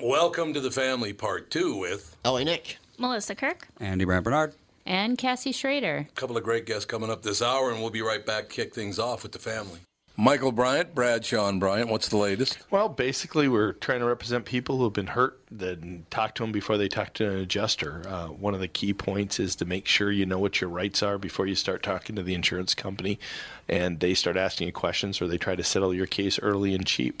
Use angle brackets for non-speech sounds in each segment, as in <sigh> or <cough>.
Welcome to the family part two with Ellie Nick. Melissa Kirk Andy Brand Bernard. and Cassie Schrader. a couple of great guests coming up this hour, and we'll be right back, kick things off with the family. Michael Bryant, Brad Sean Bryant, what's the latest? Well, basically, we're trying to represent people who have been hurt, then talk to them before they talk to an adjuster. Uh, one of the key points is to make sure you know what your rights are before you start talking to the insurance company and they start asking you questions or they try to settle your case early and cheap.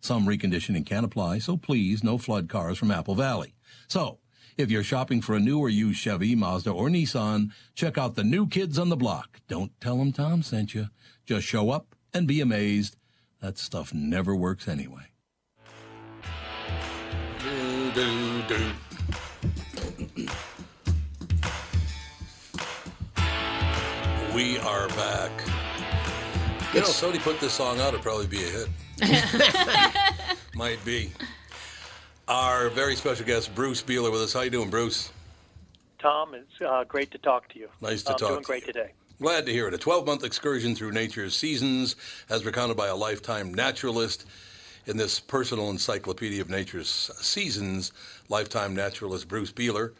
Some reconditioning can apply, so please no flood cars from Apple Valley. So, if you're shopping for a new or used Chevy, Mazda, or Nissan, check out the new kids on the block. Don't tell them Tom sent you. Just show up and be amazed. That stuff never works anyway. <laughs> Do, do, do. We are back. You know, if somebody put this song out, it'd probably be a hit. Might be. Our very special guest, Bruce Beeler, with us. How you doing, Bruce? Tom, it's uh, great to talk to you. Nice to I'm talk Doing to great you. today. Glad to hear it. A 12 month excursion through nature's seasons, as recounted by a lifetime naturalist in this personal encyclopedia of nature's seasons. Lifetime naturalist Bruce Beeler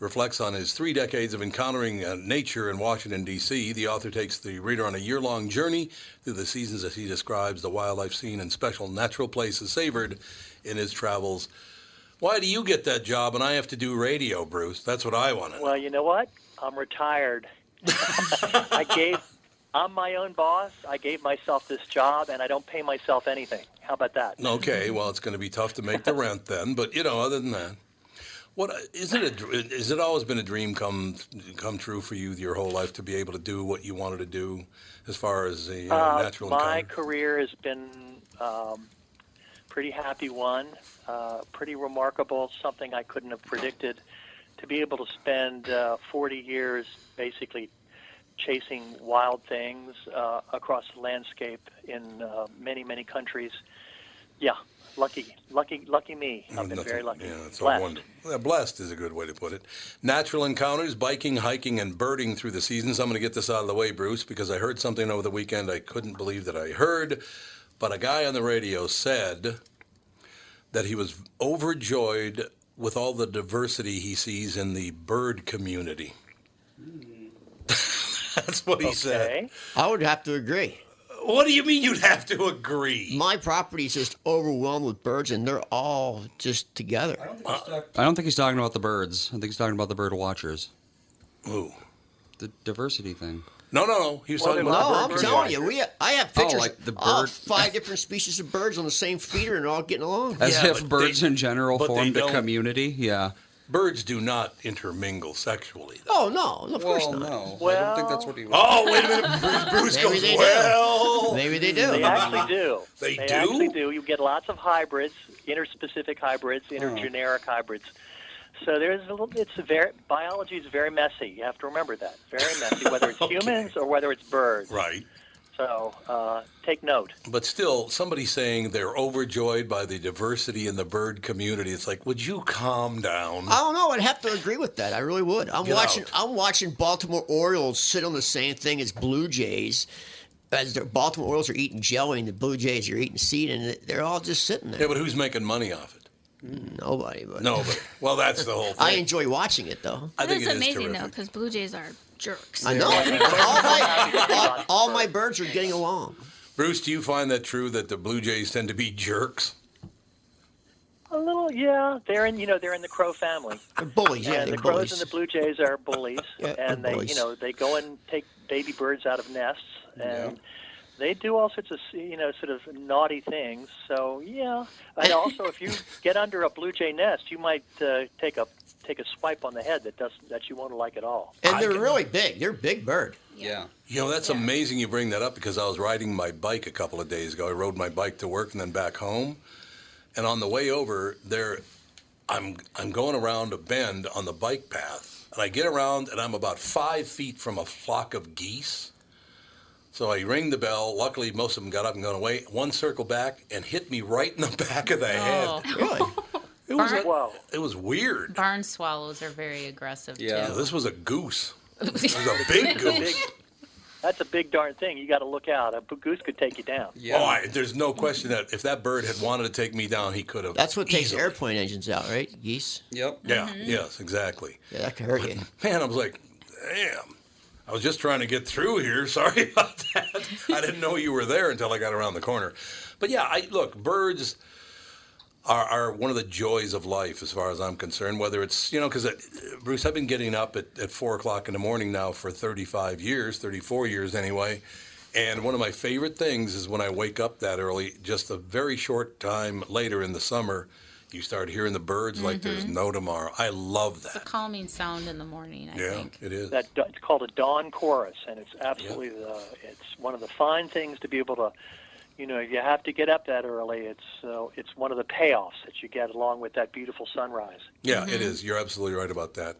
reflects on his three decades of encountering uh, nature in Washington, D.C. The author takes the reader on a year long journey through the seasons as he describes the wildlife seen and special natural places savored in his travels. Why do you get that job and I have to do radio, Bruce? That's what I want to know. Well, you know what? I'm retired. <laughs> I gave. I'm my own boss. I gave myself this job, and I don't pay myself anything. How about that? Okay, well, it's going to be tough to make the rent then, but you know, other than that, what is it? A, dr- is it always been a dream come come true for you your whole life to be able to do what you wanted to do, as far as the you know, Uh, natural my encounter? career has been um, pretty happy one, uh, pretty remarkable. Something I couldn't have predicted to be able to spend uh, 40 years basically chasing wild things uh, across the landscape in uh, many many countries. Yeah, lucky, lucky, lucky me. I've been Nothing- very lucky. Mm, Yeah, it's all Blessed. wonderful. Yeah, blessed is a good way to put it. Natural encounters, biking, hiking, and birding through the seasons. I'm going to get this out of the way, Bruce, because I heard something over the weekend I couldn't believe that I heard. But a guy on the radio said that he was overjoyed with all the diversity he sees in the bird community. <laughs> That's what he said. Okay. I would have to agree. What do you mean you'd have to agree? My property's just overwhelmed with birds, and they're all just together. Uh, I don't think he's talking about the birds. I think he's talking about the bird watchers. Ooh. The diversity thing. No, no, no. He was Well, talking then No, about Oh, the bird I'm community. telling you, we I have pictures like the of bird- five different species of birds on the same feeder and all getting along. As Yeah, if but birds they- in general but they formed a don't- community. Yeah. Birds do not intermingle sexually. though. Oh no, of course not. no. I Well- don't think that's what he was. Oh, wait a <laughs> minute. Bruce, Bruce Maybe goes, they do. well. Maybe they They do. actually do. They do? actually do. You get lots of hybrids, interspecific hybrids, intergeneric hybrids. So there's a little. It's very biology is very messy. You have to remember that. Very messy, <laughs> whether it's humans or whether it's birds. Right. So uh, take note. But still, somebody saying they're overjoyed by the diversity in the bird community. It's like, would you calm down? I don't know. I'd have to agree with that. I really would. I'm Get watching. out. I'm watching Baltimore Orioles sit on the same thing as Blue Jays, as the Baltimore Orioles are eating jelly and the Blue Jays are eating seed, and they're all just sitting there. yeah, but who's making money off it? Nobody. But Nobody. Well, that's the whole thing. <laughs> I enjoy watching it though. I That think is it is amazing though, terrific. because Blue Jays are jerks. I know. all, my, all, all my birds are getting along. Bruce, do you find that true that the Blue Jays tend to be jerks? A little, yeah. They're in. You know, they're in the crow family. They're bullies. Oh, Yeah, and they're the crows bullies. and the blue jays are bullies, <laughs> Yeah, they're and they, bullies. you know, they go and take baby birds out of nests, and they do all sorts of, you know, sort of naughty things. So yeah, and also if you get under a blue jay nest, you might uh, take a take a swipe on the head that doesn't that you won't like at all. and they're really big. They're a big bird. Yeah. You know, that's amazing you bring that up because I was riding my bike a couple of days ago. I rode my bike to work and then back home. And on the way over, there I'm I'm going around a bend on the bike path. And I get around and I'm about five feet from a flock of geese. So I ring the bell. Luckily, most of them got up and gone away. One circle back and hit me right in the <laughs> back Oh. of the head. Really. It was, a- Whoa. it was weird. Barn swallows are very aggressive Yeah. Now, too. this was a goose. It was <laughs> a big Big, goose. that's a big darn thing. You got to look out. A goose could take you down. Yeah. Oh, I, there's no question that if that bird had wanted to take me down, he could have. That's Mm-hmm. what takes easily. airplane engines out, right? Geese. Yep. Yeah, yes, exactly. Yeah, that could hurt you. Man, I was like, damn. I was just trying to get through here. <laughs> Sorry about that. I didn't know you were there until I got around the corner. But yeah, I look, birds are, are one of the joys of life as far as I'm concerned. Whether it's, you know, because Bruce, I've been getting up at, at four o'clock in the morning now for 35 years, 34 years anyway. And one of my favorite things is when I wake up that early, just a very short time later in the summer, you start hearing the birds like there's Mm-hmm. no tomorrow. I love that. It's a calming sound in the morning, I Yeah, think. <laughs> it is. that it's called a dawn chorus, and it's absolutely the, it's one of the fine things to be able to, you know, if you have to get up that early, it's uh, it's one of the payoffs that you get along with that beautiful sunrise. yeah, it is. You're absolutely right about that.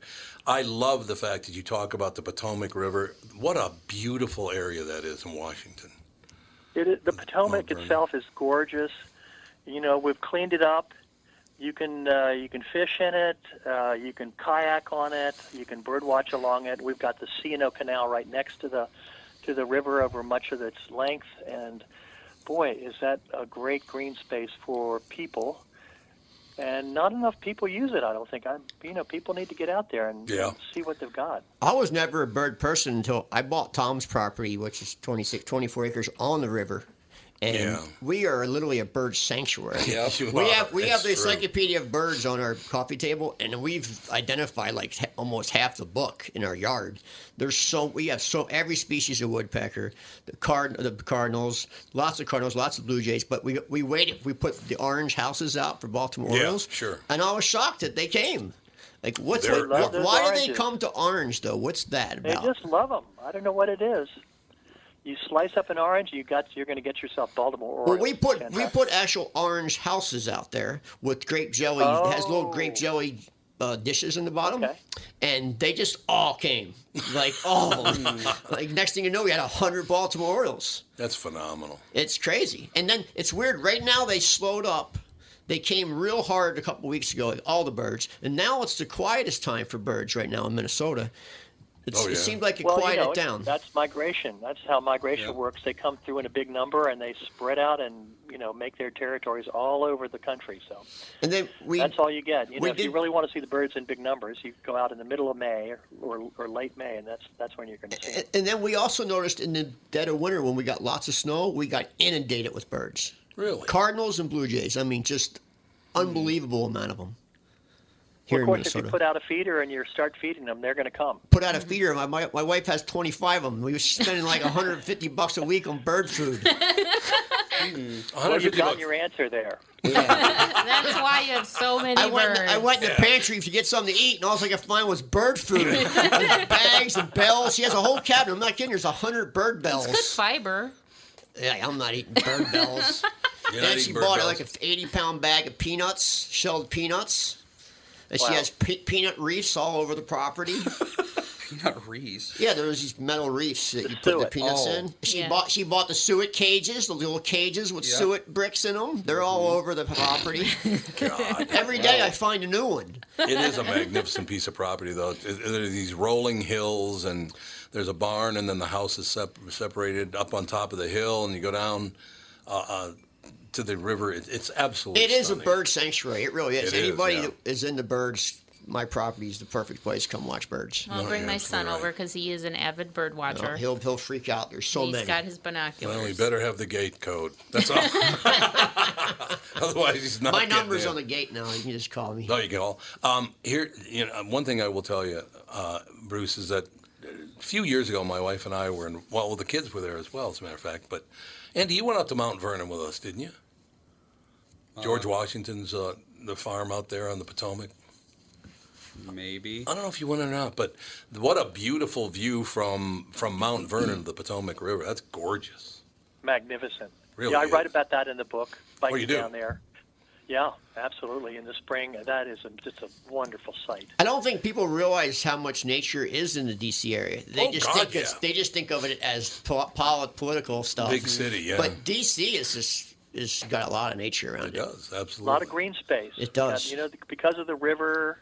I love the fact that you talk about the Potomac River. What a beautiful area that is in Washington. It is, the Potomac Mount Vernon. itself is gorgeous. You know, we've cleaned it up. You can uh, you can fish in it. Uh, you can kayak on it. You can birdwatch along it. We've got the Seano Canal right next to the to the river over much of its length, and boy, is that a great green space for people. And not enough people use it. I don't think. I you know people need to get out there and Yeah. see what they've got. I was never a bird person until I bought Tom's property, which is 26, 24 acres on the river. And Yeah. we are literally a bird sanctuary. <laughs> Yeah, you We are. have we That's have the true. encyclopedia of birds on our coffee table, and we've identified like ha- almost half the book in our yard. There's so we have so every species of woodpecker, the card the cardinals, lots of cardinals, lots of blue jays. But we we waited. We put the orange houses out for Baltimore Yeah, <laughs> Orioles. sure. And I was shocked that they came. Like what's They're- with, why, Those why do they oranges. come to orange though? What's that They about? just love them. I don't know what it is. You slice up an orange, you got you're going to get yourself Baltimore Well, Orioles. we put we Fantastic. put actual orange houses out there with grape jelly. It has little grape Oh. jelly uh, dishes in the bottom, Okay. and they just all came. Like all <laughs> of them. like next thing you know, we had hundred Baltimore Orioles. Hmm. That's phenomenal. It's crazy. And then it's weird. Right now they slowed up. They came real hard a couple weeks ago, all the birds. And now it's the quietest time for birds right now in Minnesota. It's, Oh, yeah. It seemed like it well, quieted you know, down. That's migration. That's how migration Yeah. works. They come through in a big number and they spread out and you know make their territories all over the country. So and then we that's all you get. You know, we if you did- really want to see the birds in big numbers, you go out in the middle of May or, or, or late May, and that's that's when you're going to see them. And- And then we also noticed in the dead of winter when we got lots of snow, we got inundated with birds. Really? Cardinals and Blue Jays. I mean, just unbelievable amount of them of here in course, if Minnesota. you put out a feeder and you start feeding them, they're going to come. Put out a feeder. My, my, my wife has 25 of them. We were spending like 150 bucks a week on bird food. Mm. Well, you've 150 got bucks. your answer there. That's why you have so <laughs> many I went, birds. I went in the pantry to get something to eat, and all I could find was bird <laughs> food. There's bags and bells. She has a whole cabinet. I'm not kidding. There's 100 bird bells. It's good fiber. Yeah, I'm not eating bird bells. You're not And she eating bird bought bells. like an 80 pound bag of peanuts, shelled peanuts. And she Wow. has pe- peanut reefs all over the property. Not Reese. yeah, there was these metal reefs that you put the Suet. peanuts Oh. in. She Yeah. bought she bought the suet cages, the little cages with Yeah. suet bricks in them. They're all Mm-hmm. over the property. God. Every day I find a new one. <laughs> It is a magnificent piece of property, though. It- it- There are these rolling hills, and there's a barn, and then the house is sep- separated up on top of the hill, and you go down uh, uh, to the river. It, it's absolutely. <laughs> It is a stunning. bird sanctuary. It really is. It is, Anybody yeah. that is into birds, my property is the perfect place to come watch birds. <laughs> I'll bring my you're son absolutely over right. because he is an avid bird watcher. He'll he'll freak out. There's so He's many. got his binoculars. Well, you better have the gate code. That's all. <laughs> Otherwise, he's not. my getting number's in. on the gate now. You can just call me. No, you can all. Um, here, you know, one thing I will tell you, uh, Bruce, is that a few years ago, my wife and I were in. Well, the kids were there as well, as a matter of fact. But Andy, you went out to Mount Vernon with us, didn't you? George Washington's uh, the farm out there on the Potomac. Maybe. I don't know if you went or not, but what a beautiful view from from Mount Vernon to the Potomac River. That's gorgeous. Magnificent. Really yeah, I write is. Oh, about that in the book. Biking you do? down there. Yeah, absolutely. In the spring, uh, that is a, just a wonderful sight. I don't think people realize how much nature is in the D.C. area. They Oh, just God, think it's, yeah. they just think of it as po- poli- political stuff. Big city, yeah. But D.C. is just is got a lot of nature around It it. does absolutely. A lot of green space. It does. Yeah, you know, because of the river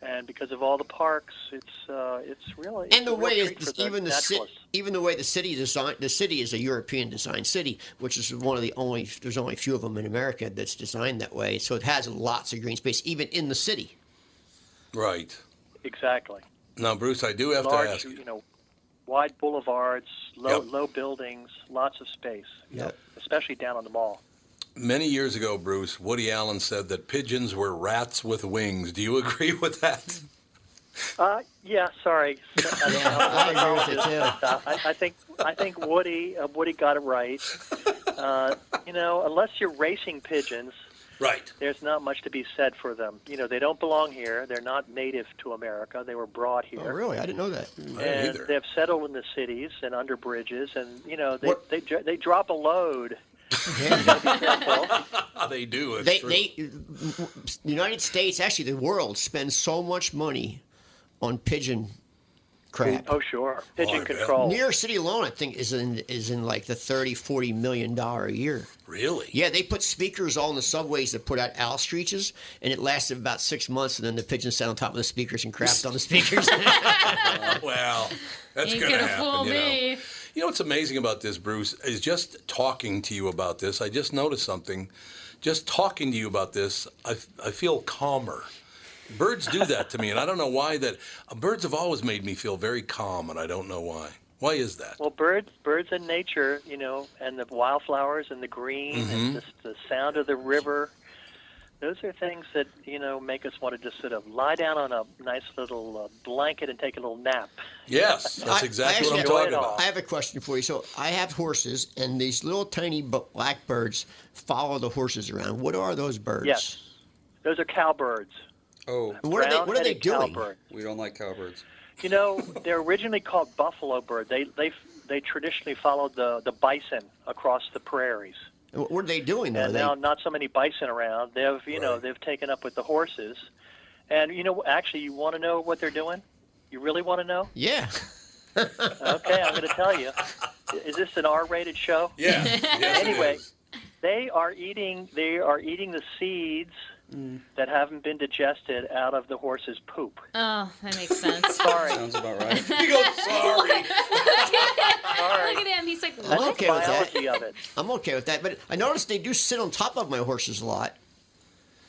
and because of all the parks, it's uh, it's really it's and the a real way treat is for the even the city, naturalists. even the way the city design the city is a European design city, which is one of the only there's only a few of them in America that's designed that way. So it has lots of green space even in the city. Right Exactly. now, Bruce, I do have to Large, ask. you know, wide boulevards, low Yep. low buildings, lots of space. you know, Yep. Especially down on the mall. Many years ago, Bruce, Woody Allen said that pigeons were rats with wings. Do you <laughs> agree with that? Uh, yeah, <laughs> sorry. I, don't know. I agree with it too. Uh, I, I think I think Woody uh, Woody got it right. Uh, you know, unless you're racing pigeons, Right. there's not much to be said for them. You know, they don't belong here. They're not native to America. They were brought here. Oh, really? I didn't know that. I don't And either. they've settled in the cities and under bridges, and you know they What- they, dr- they drop a load. Ah, <laughs> they do. It's They, true. they, the United States, actually, the world spends so much money on pigeon crap. Oh sure, I pigeon bet. control. New York City alone, I think, is in is in like the 30, 40 million dollar a year. really. Yeah, they put speakers all in the subways that put out owl screeches, and it lasted about six months, and then the pigeons sat on top of the speakers and crapped on <laughs> the speakers. Well, that's Ain't gonna, gonna happen. fool you know. me. You know what's amazing about this, Bruce, is just talking to you about this. I just noticed something. Just talking to you about this, I, I feel calmer. Birds do that to me, and I don't know why. That uh, birds have always made me feel very calm, and I don't know why. Why is that? Well, birds, birds and nature, you know, and the wildflowers and the green Mm-hmm. Mm-hmm. and the, the sound of the river. Those are things that you know make us want to just sort of lie down on a nice little uh, blanket and take a little nap. yes, that's I- exactly I what I'm actually- talking Enjoy it all. about. I have a question for you. So I have horses, and these little tiny bu- black birds follow the horses around. What are those birds? Yes. Those are cowbirds. Oh, What are they? What are they brown-headed doing? Cowbird. we don't like cowbirds. You know, they're originally called buffalo bird. They they they traditionally followed the the bison across the prairies. What what are they doing? though? And They- now not so many bison around. They've you know Right. they've taken up with the horses, And you know, actually, you want to know what they're doing? You really want to <laughs> know? Yeah. Okay, I'm going to tell you. Is this an R-rated show? Yeah. <laughs> Yes, it Anyway, is. They are eating. They are eating the seeds that haven't been digested out of the horse's poop. <laughs> Oh, that makes sense. Sorry, Sounds about right. <laughs> He goes, sorry. sorry. Look at him. He's like, <laughs> I'm what? okay with that. biology of it. I'm okay with that. But I noticed they do sit on top of my horses a lot.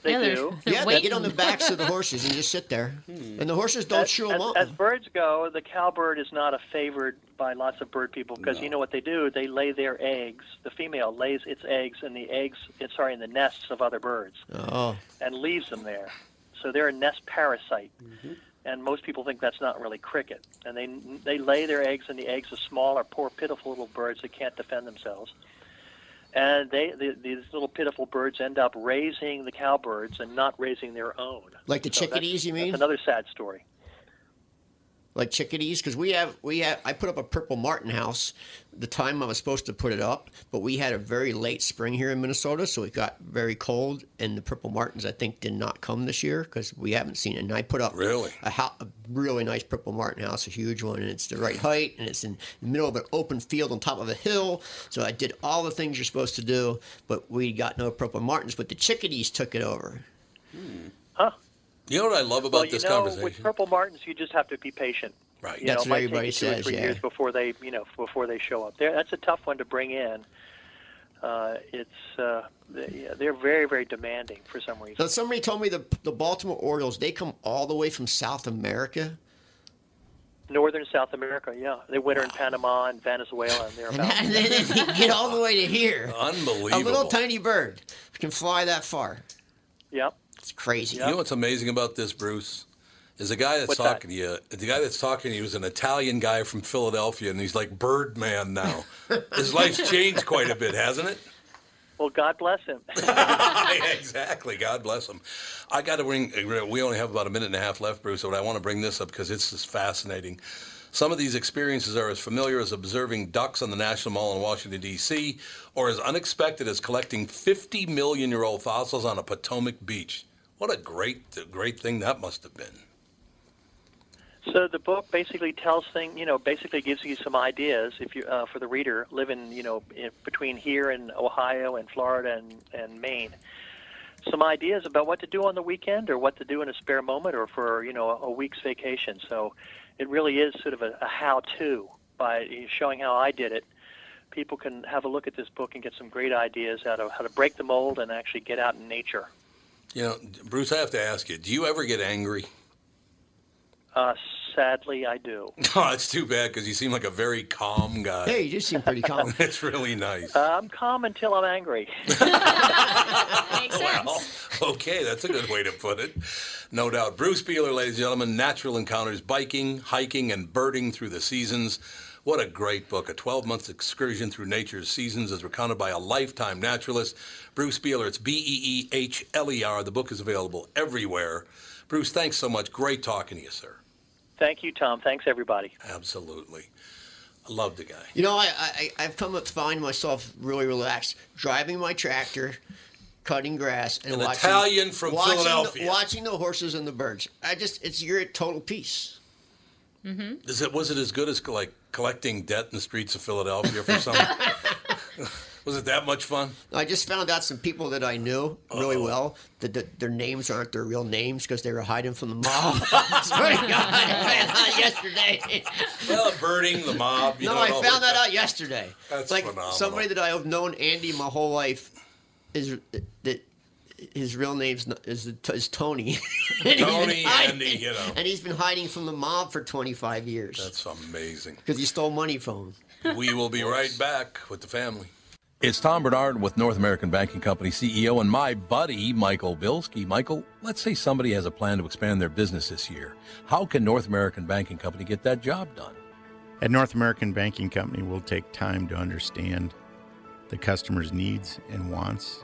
They Yeah, they're- do. Hmm. They're yeah, they get on the waiting. backs of <laughs> the horses and just sit there. And the horses don't as, chew as- them up. as birds go, the cowbird is not a favored by lots of bird people because you know what they do? They lay their eggs. The female lays its eggs in the eggs. eh, Sorry, in the nests of other birds oh, and leaves them there. So they're a nest parasite. And most people think that's not really cricket. And they they lay their eggs in the eggs of smaller, poor, pitiful little birds that can't defend themselves. And they the, these little pitiful birds end up raising the cowbirds and not raising their own. like the So that's- chickadees, you mean? That's another sad story. like chickadees because we have we have i put up a purple martin house the time i was supposed to put it up but we had a very late spring here in minnesota so it got very cold and the purple martins i think did not come this year because we haven't seen it and i put up Really? a, ho- a really nice purple martin house a huge one and it's the right height and it's in the middle of an open field on top of a hill so i did all the things you're supposed to do but we got no purple martins but the chickadees took it over You know what I love about well, you this know, with conversation? purple martins, you just have to be patient. Right. You That's know, what it might take everybody you two or says, three yeah. years before they, you know, before they show up. There, that's a tough one to bring in. Uh, it's uh, they, yeah, they're very, very demanding for some reason. now somebody told me the, the baltimore orioles they come all the way from south america Northern South America, yeah, they winter in Panama and Venezuela and <laughs> and, thereabouts. that, and then they get all the way to here. Unbelievable. A little tiny bird can fly that far. yep. It's crazy. You know what's amazing about this, Bruce? Is the guy that's What's that? talking to you. The guy that's talking to you is an Italian guy from Philadelphia, and he's like Birdman <laughs> now. His life's changed quite a bit, hasn't it? <laughs> Well, God bless him. <laughs> exactly. God bless him. I got to bring. We only have about a minute and a half left, Bruce. But I want to bring this up because it's just fascinating. Some of these experiences are as familiar as observing ducks on the National Mall in Washington D.C., or as unexpected as collecting 50 million year old fossils on a Potomac beach. What a great, great thing that must have been. So the book basically tells thing, you know, basically gives you some ideas if you uh, for the reader living, you know, in, between here and Ohio and Florida and, and Maine, some ideas about what to do on the weekend or what to do in a spare moment or for you know a, a week's vacation. So it really is sort of a, a how-to by showing how I did it. People can have a look at this book and get some great ideas how to how to break the mold and actually get out in nature. You know, Bruce, I have to ask you: Do you ever get angry? <laughs> Uh, sadly, I do. Oh, it's too bad because you seem like a very calm guy. Hey, you do seem pretty calm. <laughs> It's really nice. I'm calm until I'm <laughs> angry. That makes sense. <laughs> Well, okay, that's a good way to put it. No doubt. Bruce Beeler, ladies and gentlemen, Natural Encounters Biking, Hiking, and Birding Through the Seasons. What a great book. A 12 month excursion through nature's seasons as recounted by a lifetime naturalist. Bruce Beeler, it's B E E H L E R. The book is available everywhere. Bruce, thanks so much. Great talking to you, sir. Thank you, Tom. Thanks, everybody. Absolutely. I love the guy. <laughs> You know, I, I I've come to find myself really relaxed driving my tractor, cutting grass, and An watching Italian from watching the- Philadelphia. watching the horses and the birds. I just it's you're at total peace. Mm-hmm. Is it, was it as good as like collecting debt in the streets of Philadelphia for <laughs> some? was it that much fun? I just found out some people that I knew really well that, that their names aren't their real names because they were hiding from the mob. <laughs> Sorry, God, I found out yesterday. Well, birding the mob. You No, know, I it all found works that out yesterday. That's like phenomenal. somebody that I have known Andy my whole life is that his real name's not- is is Tony. <laughs> And he's been <laughs> Tony, hiding- Andy, you know. And he's been hiding from the mob for 25 years That's amazing. because he stole money from him. We will be right back with the family. It's Tom Bernard with North American Banking Company CEO and my buddy, Michael Bilski. Michael, let's say somebody has a plan to expand their business this year. How can North American Banking Company get that job done? At North American Banking Company, we'll take time to understand the customer's needs and wants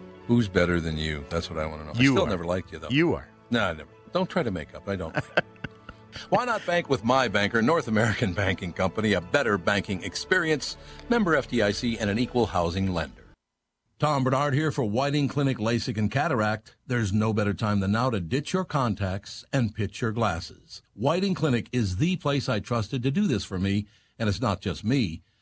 Who's better than you? That's what I want to know. You I still are. never liked you, though. You are. No, I never. Don't try to make up. I <laughs> don't. Why not bank with my banker, North American Banking Company, a better banking experience, member FDIC, and an equal housing lender? Tom Bernard here for Whiting Clinic LASIK and Cataract. There's no better time than now to ditch your contacts and pitch your glasses. Whiting Clinic is the place I trusted to do this for me, and it's not just me.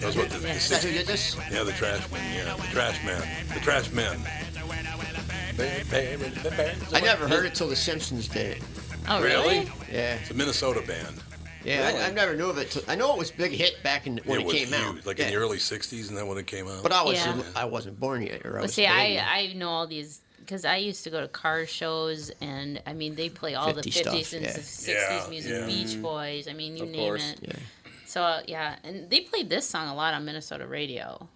That's what the, Is that who did this? Yeah, the Trashman. Yeah, the Trashman. The Trashman. I never heard it till The Simpsons did. it. Oh, really? Yeah. It's a Minnesota band. Yeah, Really? I, I never knew of it. Till, I know it was a big hit back in when it, was came huge, out. Like in Yeah. the early 60s, and then when it came out. But I was Yeah. I wasn't born yet. Or I Well, was see, baby. I, I know all these because I used to go to car shows, and I mean, they play all 50 the 50s stuff, and yeah. 60s Yeah, music, yeah. Mm-hmm. Beach Boys, I mean, you Of name course. it. Yeah. So, uh, yeah, and they played this song a lot on Minnesota radio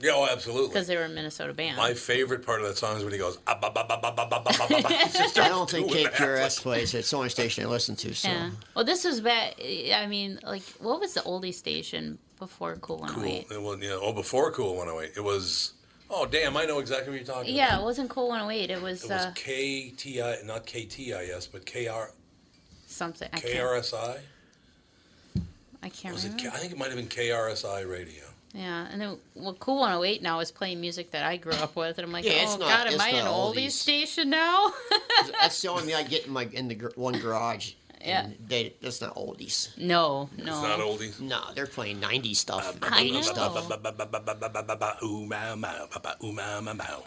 Yeah, oh, absolutely. because they were a Minnesota band. My favorite part of that song is when he goes, "Ah, ba, ba, ba, ba, ba, ba, ba, ba, ba, ba." He <laughs> just I starts don't think doing that. KQRS plays. it. It's the only station I listen to. So Yeah. Well, this was back. I mean, like, what was the oldie station before Cool 108? Cool. It was, yeah, oh, before Cool 108. It was, oh, damn, I know exactly what you're talking Yeah, about. it wasn't Cool 108. It was, oh It was uh, KTI, not KTIS, but KR, something. I can't, KRSI. I can't Was it, K- remember. I think it might have been KRSI radio. Yeah, and then well, Cool 108 now is playing music that I grew up with, and I'm <laughs> like, Yeah, it's oh not- God, am it's I an not oldie oldies. station now? <laughs> that's the only thing I get in my in the gr- one garage. Yeah. And They, that's not oldies. no, no. It's not oldies. No, they're playing '90s stuff. I 80s stuff. know.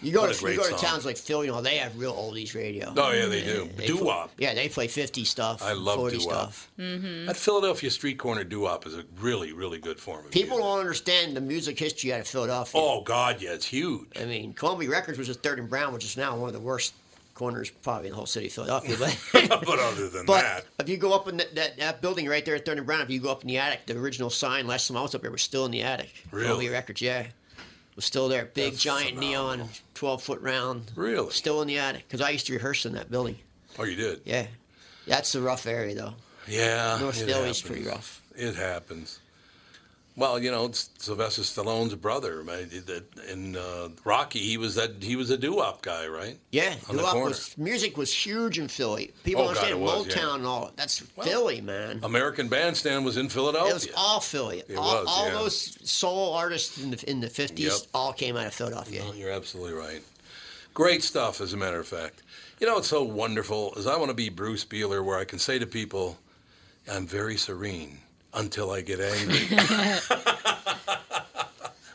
You go What a to great you go song. to towns like Phil, you know they have real oldies radio. Oh, yeah, they do. They Doo pl- wop. Yeah, they play 50 stuff. I love 40 doo-wop. stuff. That Philadelphia street corner doo wop is a really, really good form of People music. don't understand the music history out of Philadelphia. Oh, God, yeah, it's huge. I mean, Columbia Records was at Third and Brown, which is now one of the worst corners probably in the whole city of Philadelphia. But, <laughs> <laughs> but other than but that, if you go up in that, that, that building right there at Third and Brown, if you go up in the attic, the original sign last time I was up there was still in the attic. Really? Columbia Records, yeah. Was still there. Big, That's giant neon, phenomenal. 12 foot round. Really? Still in the attic. Because I used to rehearse in that building. oh, you did. Yeah. That's a rough area, though. Yeah, North it Philly's happens. pretty rough. It happens. Well, you know, it's Sylvester Stallone's brother. man, he did- In uh, Rocky, he was that he was a doo-wop guy, right? Yeah, on the doo-wop corner. was music was huge in Philly. People Oh, God, understand it was, yeah. Motown and all. That's Philly, man. American Bandstand was in Philadelphia. It was all Philly. It all was, all yeah. those solo artists in the in the fifties Yep. all came out of Philadelphia. No, you're absolutely right. Great stuff, as a matter of fact. You know what's so wonderful is I want to be Bruce Beeler, where I can say to people, "I'm very serene until I get <laughs> angry." <laughs>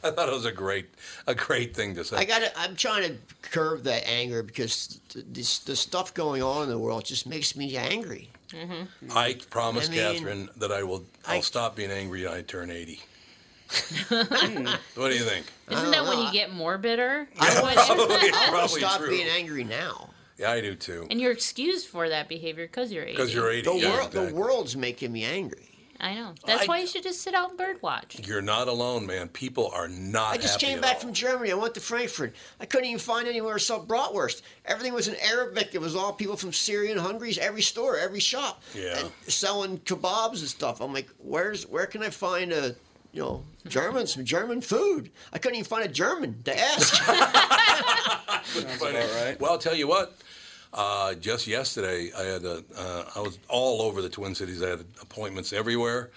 I thought it was a great, a great thing to say. I got. to I'm trying to curb that anger because th- this the stuff going on in the world just makes me angry. I promise I mean, Catherine that I will. I'll I- stop being angry. when I turn eighty. Hmm. <laughs> what do you think? Isn't that when you get more <laughs> bitter? probably, <laughs> I want to probably stop true. being angry now. Yeah, I do too. and you're excused for that behavior because you're 80. Because you're eighty. The yeah, world, exactly. the world's making me angry. I know. That's why you should just sit out and birdwatch. You're not alone, man. People are not. I just happy came at back all. from Germany. I went to Frankfurt. I couldn't even find anywhere to sell bratwurst. Everything was in Arabic. It was all people from Syria and Hungary's. Every store, every shop, Yeah. and selling kebabs and stuff. I'm like, where's where can I find a you know German some German food? I couldn't even find a German to ask. Funny. Well, I'll tell you what. Uh, just yesterday, I had a, uh, I was all over the Twin Cities. I had appointments everywhere,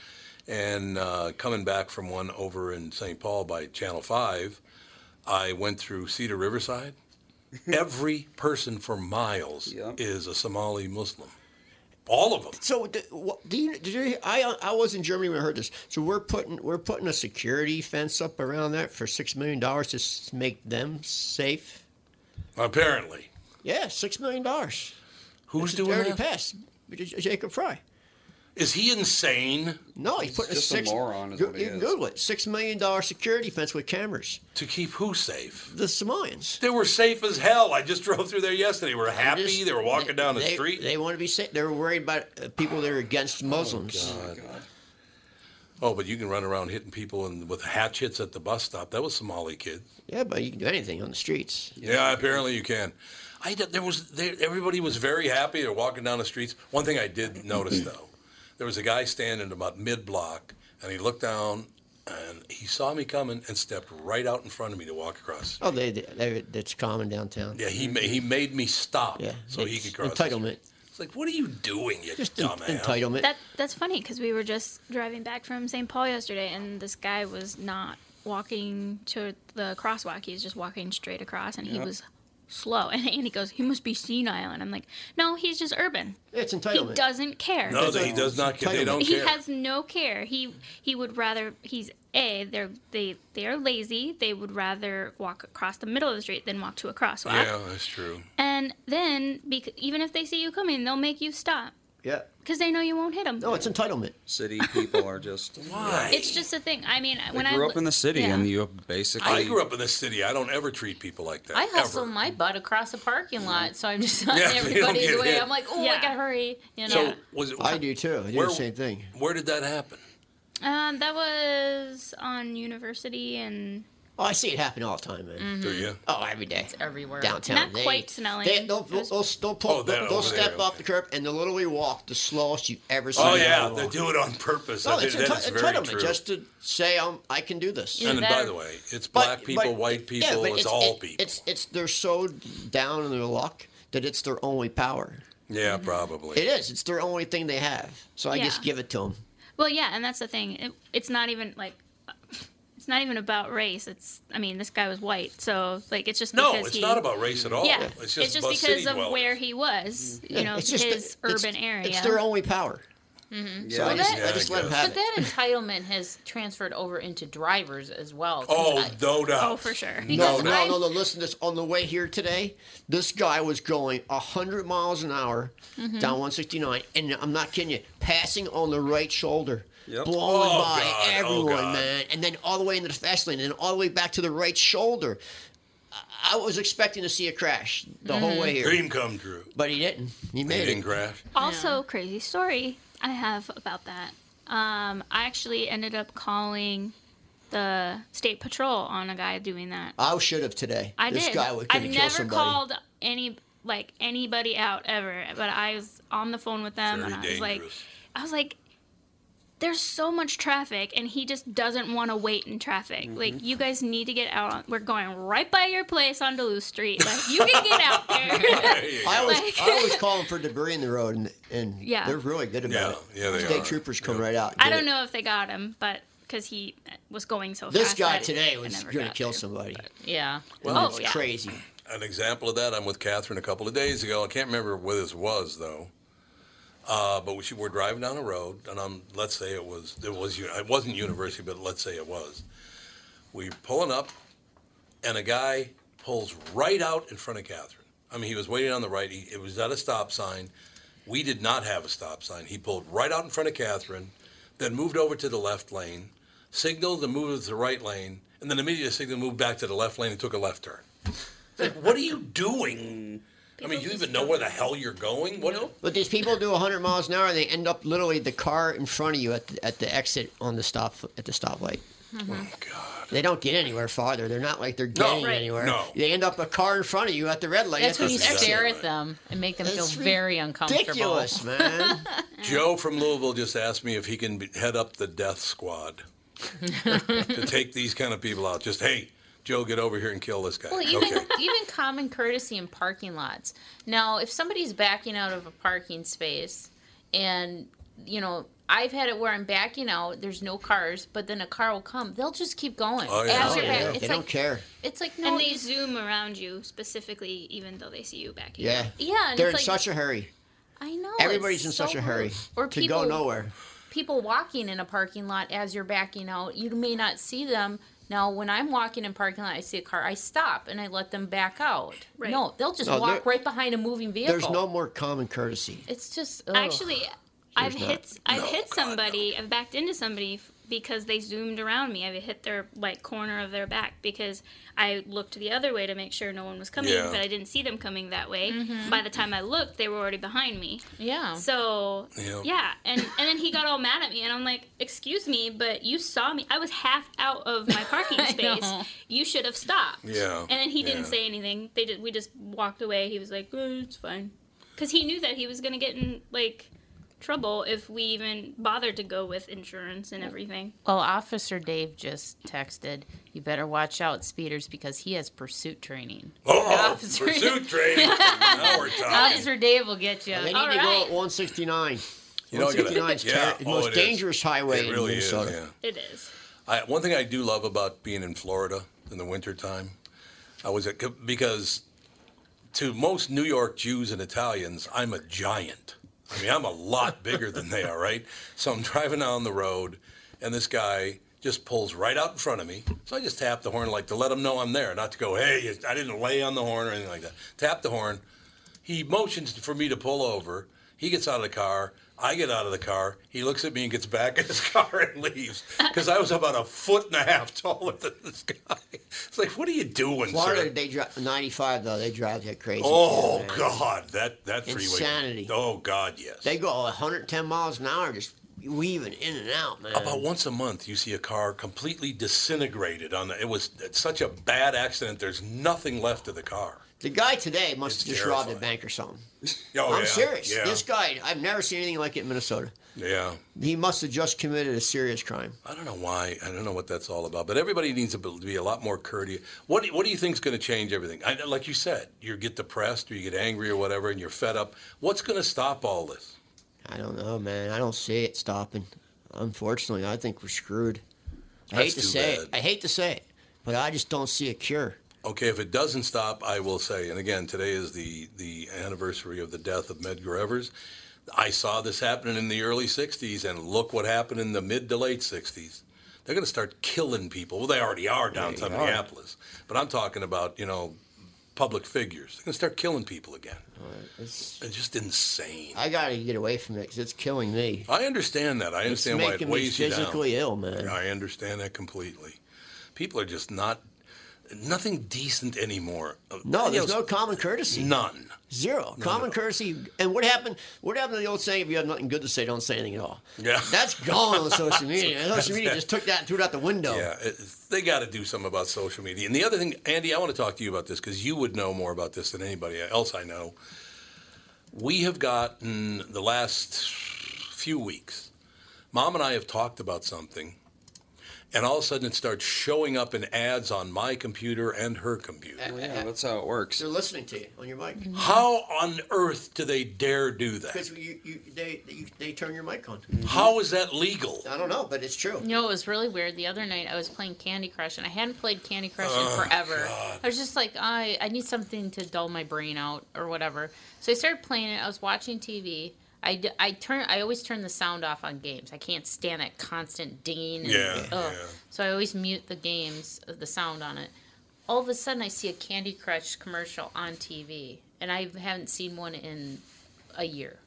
And uh, coming back from one over in St. Paul by Channel 5, I went through Cedar Riverside. Every person for miles is a Somali Muslim. All of them. So do, what, do you? Did you? I I was in Germany when I heard this. So we're putting we're putting a security fence up around that for six million dollars to s- make them safe. Apparently. Yeah, six million dollars. Who's It's doing already that? passed? J- Jacob Fry. Is he insane? No, he's putting just a a six. moron is you what he you can is. Google it. Six million dollar security fence with cameras to keep who safe? The Somalians. They were safe as hell. I just <laughs> drove through there yesterday. They were happy. Just- they were walking they- down the they- street. They want to be safe. They were worried about uh, people that are against Muslims. Oh, but you can run around hitting people and with hatchets at the bus stop. That was Somali kids. yeah, but you can do anything on the streets. Yeah, apparently you can. I did- there was there, everybody was very happy. They're walking down the streets. One thing I did notice though, there was a guy standing about mid block, and he looked down and he saw me coming and stepped right out in front of me to walk across. Oh, they, they, they that's common downtown. Yeah, he ma- he made me stop so he could cross. the street. entitlement. It's like, what are you doing, you dumbass? entitlement. That that's funny because we were just driving back from St. Paul yesterday, and this guy was not walking to the crosswalk. He was just walking straight across, and he Yeah. was slow. <laughs> And Andy goes, "He must be senile," and I'm like, "No, he's just urban. It's He entitlement. doesn't care. No, they- he does not care. They don't he care. has no care. He he would rather he's a they're they they are lazy. They would rather walk across the middle of the street than walk to a crosswalk. yeah, that's true. And then, bec- even if they see you coming, they'll make you stop Yeah. because they know you won't hit them. No, it's entitlement. City people are just. <laughs> Why? It's just a thing. I mean, They when I grew lo- up in the city, yeah. and you basically. I grew up in this city. I don't ever treat people like that. I hustle ever. Mm-hmm. my butt across a parking lot, so I'm <laughs> just not Yeah, they in don't everybody's get way. hit. I'm like, oh, I Yeah. gotta hurry. You know. So Oh, was it? I do too. I do Where- the same thing. Where did that happen? Um, that was on university and Oh, I see it happen all the time, man. Do you? Oh, every day. It's everywhere. Downtown. Mm-hmm. Not they, quite smelling. They, they'll, they'll, they'll, they'll, pull, Oh, that they'll, they'll over there, step off the curb and they'll literally walk the slowest you've ever seen. Oh them yeah, walk. they do it on purpose. No, I it's think that enti- is very entitlement true. just to say um, I can do this. and by the way, it's black people, white people, yeah, but it's, all it- people. It's it's they're so down in their luck that it's their only power. Yeah, probably. It is. It's their only thing they have. So I just Yeah. give it to them. well, yeah, and that's the thing. It, it's not even like <laughs> it's not even about race. It's I mean, this guy was white, so like it's just No, because it's he- not about race at all. Yeah, It's just, about because city of dwellers. where he was. You know, it's his just- urban it's, area. Mm-hmm. It's their only power. Mhm. So I just, I Yeah, just I let them guess. have But it. that entitlement has transferred over into drivers as well. 'cause Oh, I- no doubt. Oh, for sure. No, Because no, I- no, no. Listen to this. On the way here today, this guy was going 100 miles an hour Mhm. down 169, and I'm not kidding you, passing on the right shoulder, Yep. blowing Oh, by God. Oh, everyone, God. man. And then all the way into the fast lane, and then all the way back to the right shoulder. I- I was expecting to see a crash the whole Mm-hmm. way here. Dream come true. But he didn't. He made didn't it. crash. Also, crazy story I have about that. Um, I actually ended up calling the state patrol on a guy doing that. I should have today. I this did. guy would could I've have never killed somebody. called any like anybody out ever, but I was on the phone with them Very and I was like, dangerous. I was like, there's so much traffic and he just doesn't want to wait in traffic. Mm-hmm. Like you guys need to get out. On, we're going right by your place on Duluth Street. Like you can get <laughs> out there. I always, Like- I always call them for debris in the road, and, and Yeah. they're really good about it. yeah, they State are. troopers come right out. and I get it. don't know if they got him, but because he was going so This fast. guy I- today I was never going to got kill there. somebody. Yeah. Well, Oh, yeah. crazy. An example of that, I'm with Catherine a couple of days ago. I can't remember where this was though. Uh, but we were driving down a road, and I'm let's say it was it was uni- it wasn't university, but let's say it was. We pulling up, and a guy pulls right out in front of Catherine. I mean, he was waiting on the right. He, it was at a stop sign. We did not have a stop sign. He pulled right out in front of Catherine, then moved over to the left lane, signaled and moved to the right lane, and then immediately signaled moved back to the left lane and took a left turn. Like, what are you doing? I mean, you even know where the hell you're going? What? But these people do 100 miles an hour, and they end up literally the car in front of you at the, at the exit on the stop at the stoplight. Mm-hmm. They don't get anywhere farther. They're not like they're No. getting Right. anywhere. No. They end up a car in front of you at the red light. That's at when the you exit. stare at them and make them feel It's very uncomfortable. ridiculous, man. Joe from Louisville just asked me if he can be, head up the death <laughs> squad to take these kind of people out. Just hey, Joe, get over here and kill this guy. <laughs> Well, even okay. even common courtesy in parking lots. Now, if somebody's backing out of a parking space, and you know I've had it where I'm backing out. There's no cars, but then a car will come. They'll just keep going. Oh, yeah. As you're Oh, yeah. back- They It's don't like, care. It's like no. and they zoom around you specifically, even though they see you back. Yeah. Yeah, and They're it's in like- such a hurry. I know. Everybody's it's in so such a rude. hurry Or to people go nowhere. people walking in a parking lot as you're backing out, you may not see them. Now, when I'm walking in parking lot, I see a car, I stop and I let them back out. No, they'll just No, there- walk right behind a moving vehicle. There's no more common courtesy. It's just Actually, I've not. hit I've hit somebody. I've backed into somebody f- because they zoomed around me. I've hit their like corner of their back because I looked the other way to make sure no one was coming, Yeah. but I didn't see them coming that way. Mhm. By the time I looked, they were already behind me. Yeah. So Yeah. yeah, and and then he got all mad at me, and I'm like, "Excuse me, but you saw me. I was half out of <laughs> my parking I space. know. You should have stopped." Yeah. Oh, And then he didn't Yeah. say anything. They did. We just walked away. He was like, "Eh, "It's fine." because he knew that he was going to get in like trouble if we even bothered to go with insurance and everything. Well, Officer Dave just texted, you better watch out speeders because he has pursuit training. Oh, Officer- <laughs> pursuit <laughs> training. Now we're talking. Officer Dave will get you. They need to go at 169. You know, I gotta- 169 is yeah, ter- the oh, most it is. dangerous highway It really in is, Minnesota. yeah. It is. I, one thing I do love about being in Florida in the wintertime, I was at, because to most New York Jews and Italians, I'm a giant. I mean, I'm a lot bigger than they are, right? So I'm driving down the road, and this guy just pulls right out in front of me. So I just tap the horn, like to let him know I'm there, not to go, hey, I didn't lay on the horn or anything like that. Tap the horn. He motions for me to pull over. He gets out of the car. I get out of the car. He looks at me and gets back <laughs> in his car and leaves because I was about a foot and a half taller than this guy. It's like, what are you doing, Florida, sir? they drive 95 though. They drive that crazy. Oh too, man. God, that that freeway. Insanity. Oh God, yes. They go 110 miles an hour, just weaving in and out, man. About once a month, you see a car completely disintegrated. On the, it was such a bad accident. There's nothing left of the car. The guy today must It's have just robbed a terrifying. bank or something. <laughs> Oh, I'm yeah, serious. yeah. This guy, I've never seen anything like it in Minnesota. Yeah. He must have just committed a serious crime. I don't know why. I don't know what that's all about. But everybody needs to be to be a lot more courteous. What do- What do you think is going to change everything? I, like you said, you get depressed or you get angry or whatever, and you're fed up. What's going to stop all this? I don't know, man. I don't see it stopping. Unfortunately, I think we're screwed. I That's hate to too say it. bad. I hate to say it, but I just don't see a cure. Okay, if it doesn't stop, I will say, and again, today is the, the anniversary of the death of Medgar Evers. I saw this happening in the early 60s, and look what happened in the mid to late 60s. They're going to start killing people. Well, they already are downtown are. Minneapolis. But I'm talking about, you know, public figures. They're going to start killing people again. It's, just insane. I gotta get away from it because it's killing me. I understand that. I It's understand why it making me weighs you down. physically ill, man. I understand that completely. People are just not, nothing decent anymore. No, You there's know, no common courtesy. None. Zero. common courtesy. And what happened? What happened to the old saying? If you have nothing good to say, don't say anything at all. Yeah. That's gone <laughs> on social media. That's- social media just took that and threw it out the window. Yeah, it- they got to do something about social media. And the other thing, Andy, I want to talk to you about this because you would know more about this than anybody else I know. We have gotten the last few weeks, mom and I have talked about something, and all of a sudden it starts showing up in ads on my computer and her computer. Oh, yeah, that's how it works. They're listening to you on your mic. How on earth do they dare do that? Because you, you, they, you, they turn your mic on. How is that legal? I don't know, but it's true. No, it was really weird. The other night I was playing Candy Crush and I hadn't played Candy Crush Oh, in forever. God. I was just like, I I need something to dull my brain out or whatever. So I started playing it. I was watching TV. I, d- I turn I always turn the sound off on games. I can't stand that constant dinging. And, Yeah, ugh. yeah. So I always mute the games uh, the sound on it. All of a sudden I see a Candy Crush commercial on TV and I haven't seen one in a year.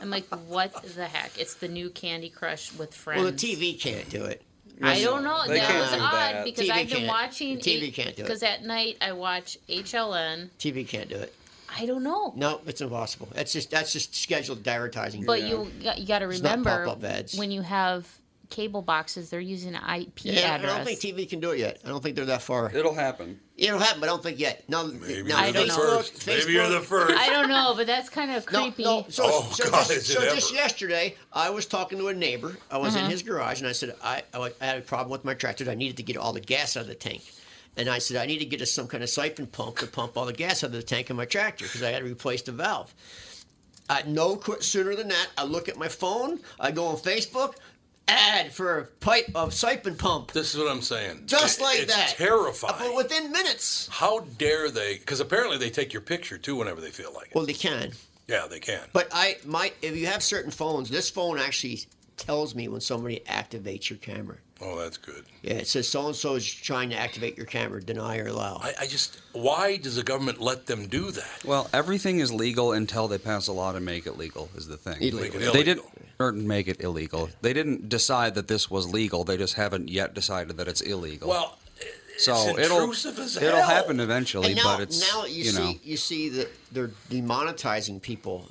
I'm like, what the heck? It's the new Candy Crush with friends. Well, the TV can't do it. I don't know. They that can't was do odd that. because TV I've been can't. watching. The TV can't do it. Because at night I watch HLN. TV can't do it. I don't know. No, it's impossible. That's just that's just scheduled advertising. But you got, you got to It's not remember pop-up ads. when you have cable boxes, they're using an IP Yeah, I address. don't think TV can do it yet. I don't think they're that far. It'll happen. It'll happen, but I don't think yet. No, Maybe no, you're the Facebook, first. Facebook, Maybe you're the first. I don't know, but that's kind of No, creepy. no. So, Oh, so God, just, is it so just ever. yesterday, I was talking to a neighbor. I was in Uh-huh. his garage, and I said I, I wa- I had a problem with my tractor. I needed to get all the gas out of the tank, and I said I need to get us some kind of siphon pump to pump all the gas out of the tank in my tractor because I had to replace the valve. I no quit sooner than that. I look at my phone. I go on Facebook. Ad for a pipe of siphon pump. This is what I'm saying. Just like it's that. terrifying. But within minutes. How dare they? Because apparently they take your picture too whenever they feel like it. Well, they can. Yeah, they can. But I my if you have certain phones, this phone actually tells me when somebody activates your camera. Oh, that's good. Yeah, it says so and so is trying to activate your camera, deny or allow. I, I just why does the government let them do that? Well, everything is legal until they pass a law to make it legal. Is the thing. Illegal. Make it They didn't or make it illegal. They didn't decide that this was legal. They just haven't yet decided that it's illegal. Well, so it's it'll intrusive as it'll hell. happen eventually, and now, but it's now you, see know you see that they're demonetizing people,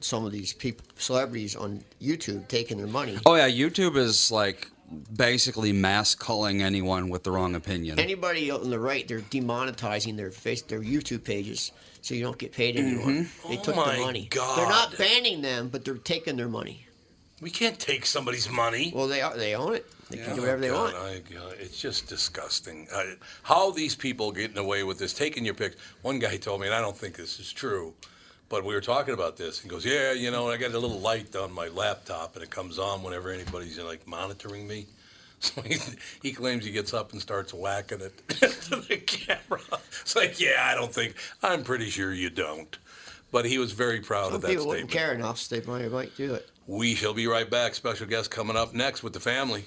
some of these people, celebrities on YouTube taking their money. Oh yeah, YouTube is like basically mass culling anyone with the wrong opinion. <laughs> Anybody on the right, they're demonetizing their face, their YouTube pages, so you don't get paid anymore. Mhm. They Oh took my the money. They're God. not banning them, but they're taking their money. We can't take somebody's money. Well, they are, they own it. They Yeah. can do whatever they God, want. I- uh, it's just disgusting. I, how these people getting away with this, taking your pic. One guy told me, and I don't think this is true, but we were talking about this. He goes, "Yeah, you know, I got a little light on my laptop, and it comes on whenever anybody's like monitoring me." <laughs> So he, he claims he gets up and starts whacking it <laughs> to the camera. It's like, yeah, I don't think. I'm pretty sure you don't. But he was very proud Some of that people statement. wouldn't care enough, so they might, might do it. We shall be right back. Special guest coming up next with the family.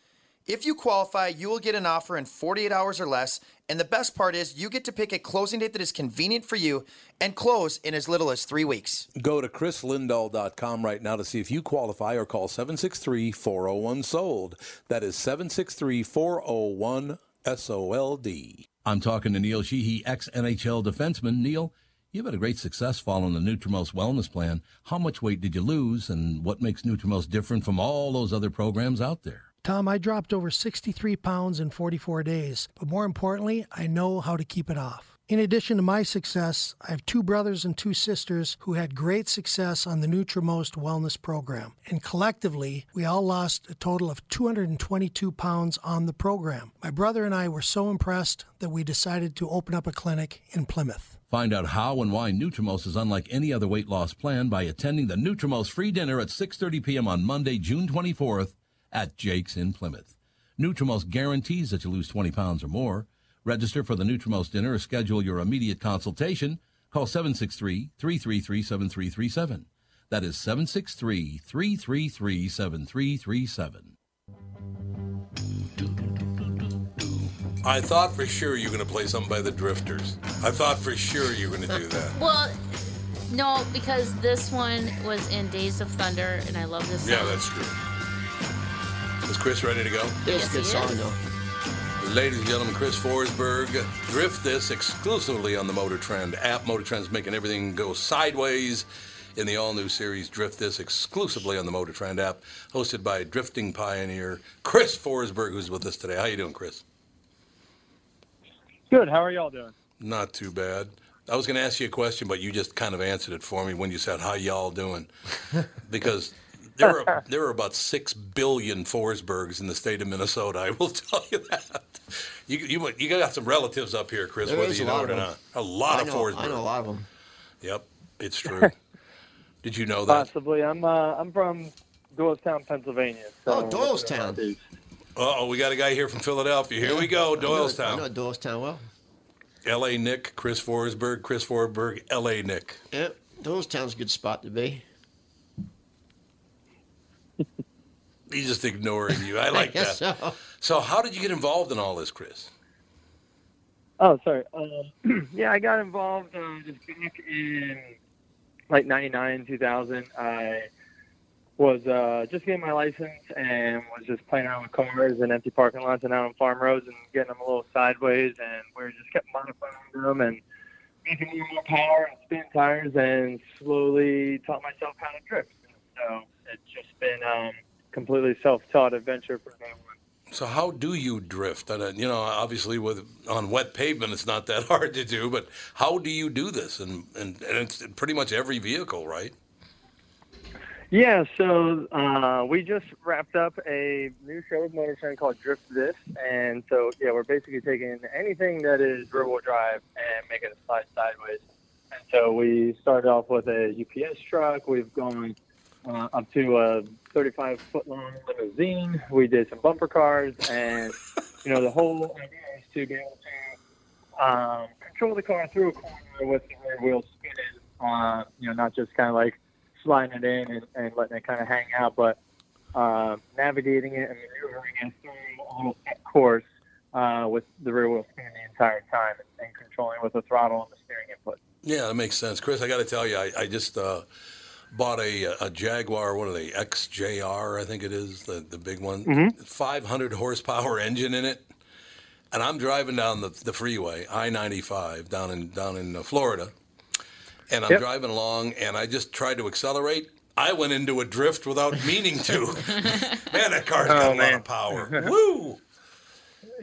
If you qualify, you will get an offer in 48 hours or less. And the best part is, you get to pick a closing date that is convenient for you and close in as little as three weeks. Go to chrislindahl.com right now to see if you qualify or call 763 401 SOLD. That is 763 401 SOLD. I'm talking to Neil Sheehy, ex NHL defenseman. Neil, you've had a great success following the Nutrimost wellness plan. How much weight did you lose, and what makes Nutrimost different from all those other programs out there? Tom, I dropped over 63 pounds in 44 days, but more importantly, I know how to keep it off. In addition to my success, I have two brothers and two sisters who had great success on the Nutrimost wellness program. And collectively, we all lost a total of 222 pounds on the program. My brother and I were so impressed that we decided to open up a clinic in Plymouth. Find out how and why Nutrimos is unlike any other weight loss plan by attending the Nutrimos free dinner at 6:30 p.m. on Monday, June 24th at Jake's in Plymouth. Nutrimos guarantees that you lose 20 pounds or more. Register for the Nutrimos dinner or schedule your immediate consultation. Call 763-333-7337. That is 763-333-7337. I thought for sure you were going to play something by the Drifters. I thought for sure you were going to do that. Well, no, because this one was in Days of Thunder, and I love this. Yeah, song. that's true. Is Chris ready to go? It's a good Yes, he song, is. though. Ladies and gentlemen, Chris Forsberg, Drift This exclusively on the Motor Trend app. Motor Trend's making everything go sideways in the all new series Drift This exclusively on the Motor Trend app, hosted by drifting pioneer Chris Forsberg, who's with us today. How you doing, Chris? Good. How are y'all doing? Not too bad. I was going to ask you a question, but you just kind of answered it for me when you said, "How y'all doing?" Because there are there are about six billion Forsbergs in the state of Minnesota. I will <laughs> tell you that. You you you got some relatives up here, Chris, There whether is you a know lot it of or them. not. A lot I of know- Forsbergs. I know a lot of them. Yep, it's true. Did you know that? Possibly. I'm uh, I'm from Doylestown, Pennsylvania. Oh, Doylestown. Uh oh, we got a guy here from Philadelphia. Here we go, I Doylestown. know Doylestown well. L.A. Nick, Chris Forsberg, Chris Forsberg, L.A. Nick. Yep, Doylestown's a good spot to be. He's just ignoring you. I like guess that. So. how did you get involved in all this, Chris? Oh, sorry. Um, <clears throat> yeah, I got involved uh, just back in like '99, 2000. I was uh, just getting my license and was just playing around with cars in empty parking lots and out on farm roads and getting them a little sideways, and we were just kept modifying them and making more and more power and spin tires, and slowly taught myself how to drift. So it's just been um, completely self-taught adventure for me. So how do you drift? And, uh, you know, obviously with on wet pavement, it's not that <laughs> hard to do. But how do you do this? And and, and it's pretty much every vehicle, right? Yeah, so uh, we just wrapped up a new show with Motor Trend called Drift This, and so yeah, we're basically taking anything that is rear wheel drive and making it slide sideways. And so we started off with a UPS truck. We've gone uh, up to a 35 foot long limousine. We did some bumper cars, and you know the whole idea is to be able to um, control the car through a corner with the rear wheel spinning. Uh, you know, not just kind of like sliding it in and, and letting it kind of hang out, but uh, navigating it and maneuvering it through a little set course uh, with the rear wheel spinning the entire time and, and controlling with the throttle and the steering input. Yeah, that makes sense, Chris. I got to tell you, I, I just uh, bought a, a Jaguar. What are they? XJR, I think it is the the big one. Mhm. 500 horsepower <laughs> engine in it. And I'm driving down the, the freeway, I-95, down in down in uh, Florida, and I'm Yep. driving along, and I just tried to accelerate. I went into a drift without meaning to. man, that Oh, car's got a lot of <laughs> power. Woo!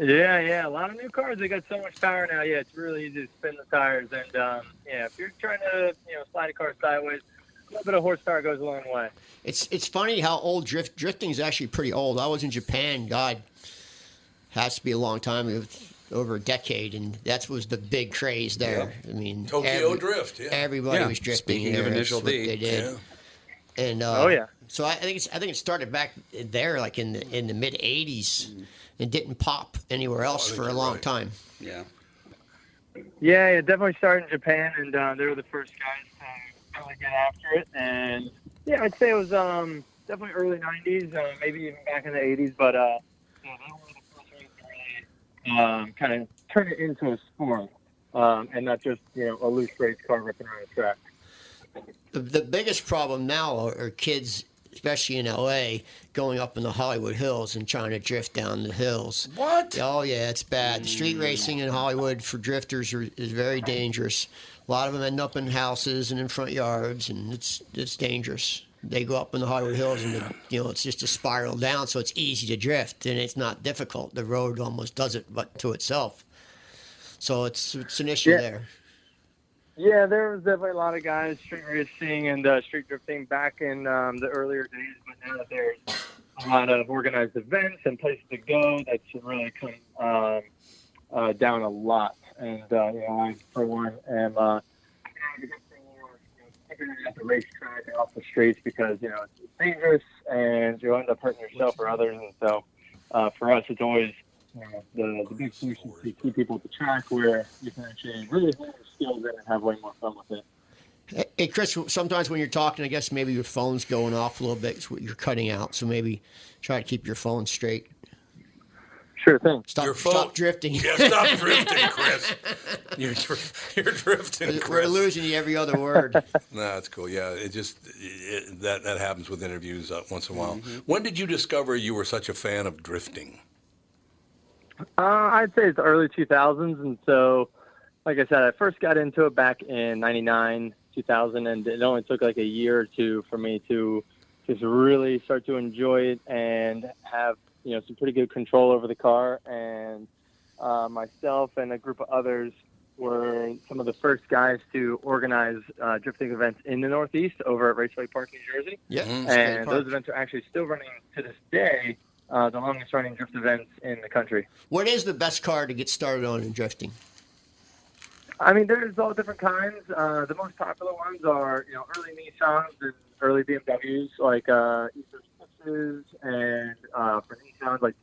Yeah, yeah. A lot of new cars. They got so much power now. Yeah, it's really easy to spin the tires. And um, yeah, if you're trying to you know slide a car sideways, a little bit of horsepower goes a long way. It's it's funny how old drift drifting is actually pretty old. I was in Japan. God, has to be a long time. It was over a decade, and that was the big craze there. I mean, Tokyo drift, yeah. Everybody Yeah, was drifting. speaking of there. That's Initial what D, They did. And uh, Oh, yeah. So I think it's, I think it started back there, like in the in the mid '80s, and didn't pop anywhere Oh, else for a long time. Yeah. Yeah, it definitely started in Japan, and uh, they were the first guys to really get after it. And yeah, I'd say it was um, definitely early '90s, uh, maybe even back in the '80s. But uh, yeah, they were the first ones to really um, kind of turn it into a sport, um, and not just you know a loose race car ripping around a track. The, the biggest problem now are, are kids, especially in LA, going up in the Hollywood Hills and trying to drift down the hills. What? Oh yeah, it's bad. Street racing in Hollywood for drifters are, is very dangerous. A lot of them end up in houses and in front yards, and it's it's dangerous. They go up in the Hollywood Hills, and you know it's just a spiral down, so it's easy to drift, and it's not difficult. The road almost does it, but to itself. So it's it's an issue Yeah. there. Yeah, there was definitely a lot of guys street racing and uh, street drifting back in um, the earlier days, but now there's a lot of organized events and places to go that's really come um, uh, down a lot. And uh, you know, I for one am uh, at the racetrack and off the streets because you know it's dangerous and you end up hurting yourself or others. And so uh, for us, it's always you know, the, the big solution is to keep people at the track where you can actually really hone your skills in and have way more fun with it. Hey, Chris, sometimes when you're talking, I guess maybe your phone's going off a little bit. It's what you're cutting out. So maybe try to keep your phone straight. Sure thing. Stop, Your phone- stop drifting. Yeah, <laughs> stop drifting, Chris. You're, dri- you're drifting, Chris. We're losing you every other word. No, that's cool. Yeah, it just it, that that happens with interviews uh, once in a while. When did you discover you were such a fan of drifting? Uh, I'd say it's the early 2000s, and so, like I said, I first got into it back in '99, 2000, and it only took like a year or two for me to just really start to enjoy it and have you know some pretty good control over the car. And uh, myself and a group of others were some of the first guys to organize uh, drifting events in the Northeast over at Raceway Park, New Jersey. Yeah, and those events are actually still running to this day. Uh, the longest running drift <laughs> events in the country. What is the best car to get started on in drifting? I mean, there's all different kinds. Uh, the most popular ones are, you know, early Nissans and early BMWs, like uh, E36s and uh, for Nissans, like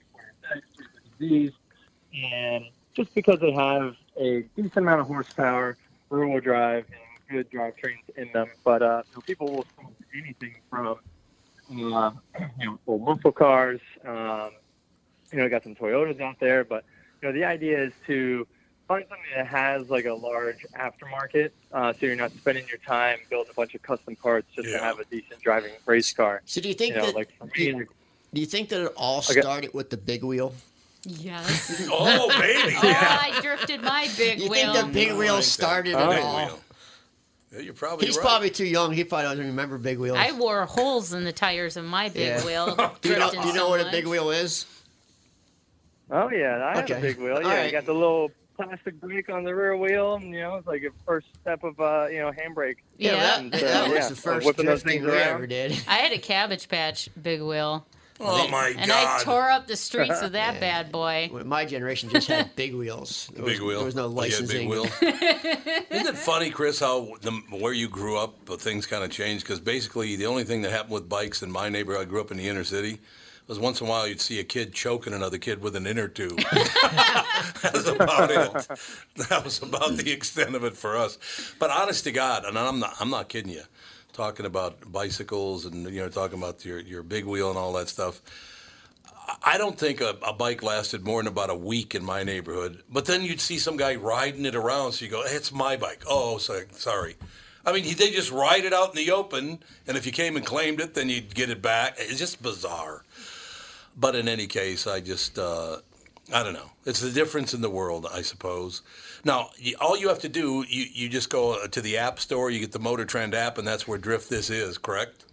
these. And just because they have a decent amount of horsepower, rear wheel drive, and good drivetrains in them, but uh, you know, people will sell anything from uh, you know, old muscle cars. Um, you know, got some Toyotas out there, but you know, the idea is to find something that has like a large aftermarket, uh, so you're not spending your time building a bunch of custom parts just to have a decent driving race car. So do you think know, that- like for me, like, Do you think that it all Okay. started with the big wheel? Yes. <laughs> Oh, baby, <laughs> Oh, yeah. I drifted my big You wheel. think Mm, the big wheel started it Big all? Yeah, you're probably He's right. probably too young. He probably doesn't remember big wheels. I wore holes in the tires of my big Yeah. <laughs> wheel. do you know, Drifted do you know so what a much. big wheel is? Oh yeah, I Okay. have a big wheel. Yeah, Alright. you got the little plastic brake on the rear wheel. And, you know, it's like a first step of uh, you know handbrake. Yeah, that- And, that was yeah, the first whipping those drifting things we around. ever did. I had a cabbage patch big wheel. Oh, my And I God. tore up the streets with <laughs> that Yeah. bad boy. Well, My generation just had big wheels. There was, Big wheel. There was no Oh, yeah, licensing. big <laughs> wheel. Isn't it funny, Chris, how the, where you grew up, uh, things kind of changed? Because basically, the only thing that happened with bikes in my neighborhood, I grew up in the inner city, was once in a while you'd see a kid choking another kid with an inner tube. <laughs> that was about it. That was about the extent of it for us. But honest to God, and I'm not, I'm not kidding you, talking about bicycles and you know talking about your, your big wheel and all that stuff. I don't think a, a bike lasted more than about a week in my neighborhood. But then you'd see some guy riding it around, so you go, "Hey, "It's my bike." Oh, so, sorry. I mean, he- they just ride it out in the open, and if you came and claimed it, then you'd get it back. It's just bizarre. But in any case, I just, uh, I don't know. It's the difference in the world, I suppose. Now, y- all you have to do, you, you just go uh, to the app store, you get the Motor Trend app, and that's where Drift This is, correct?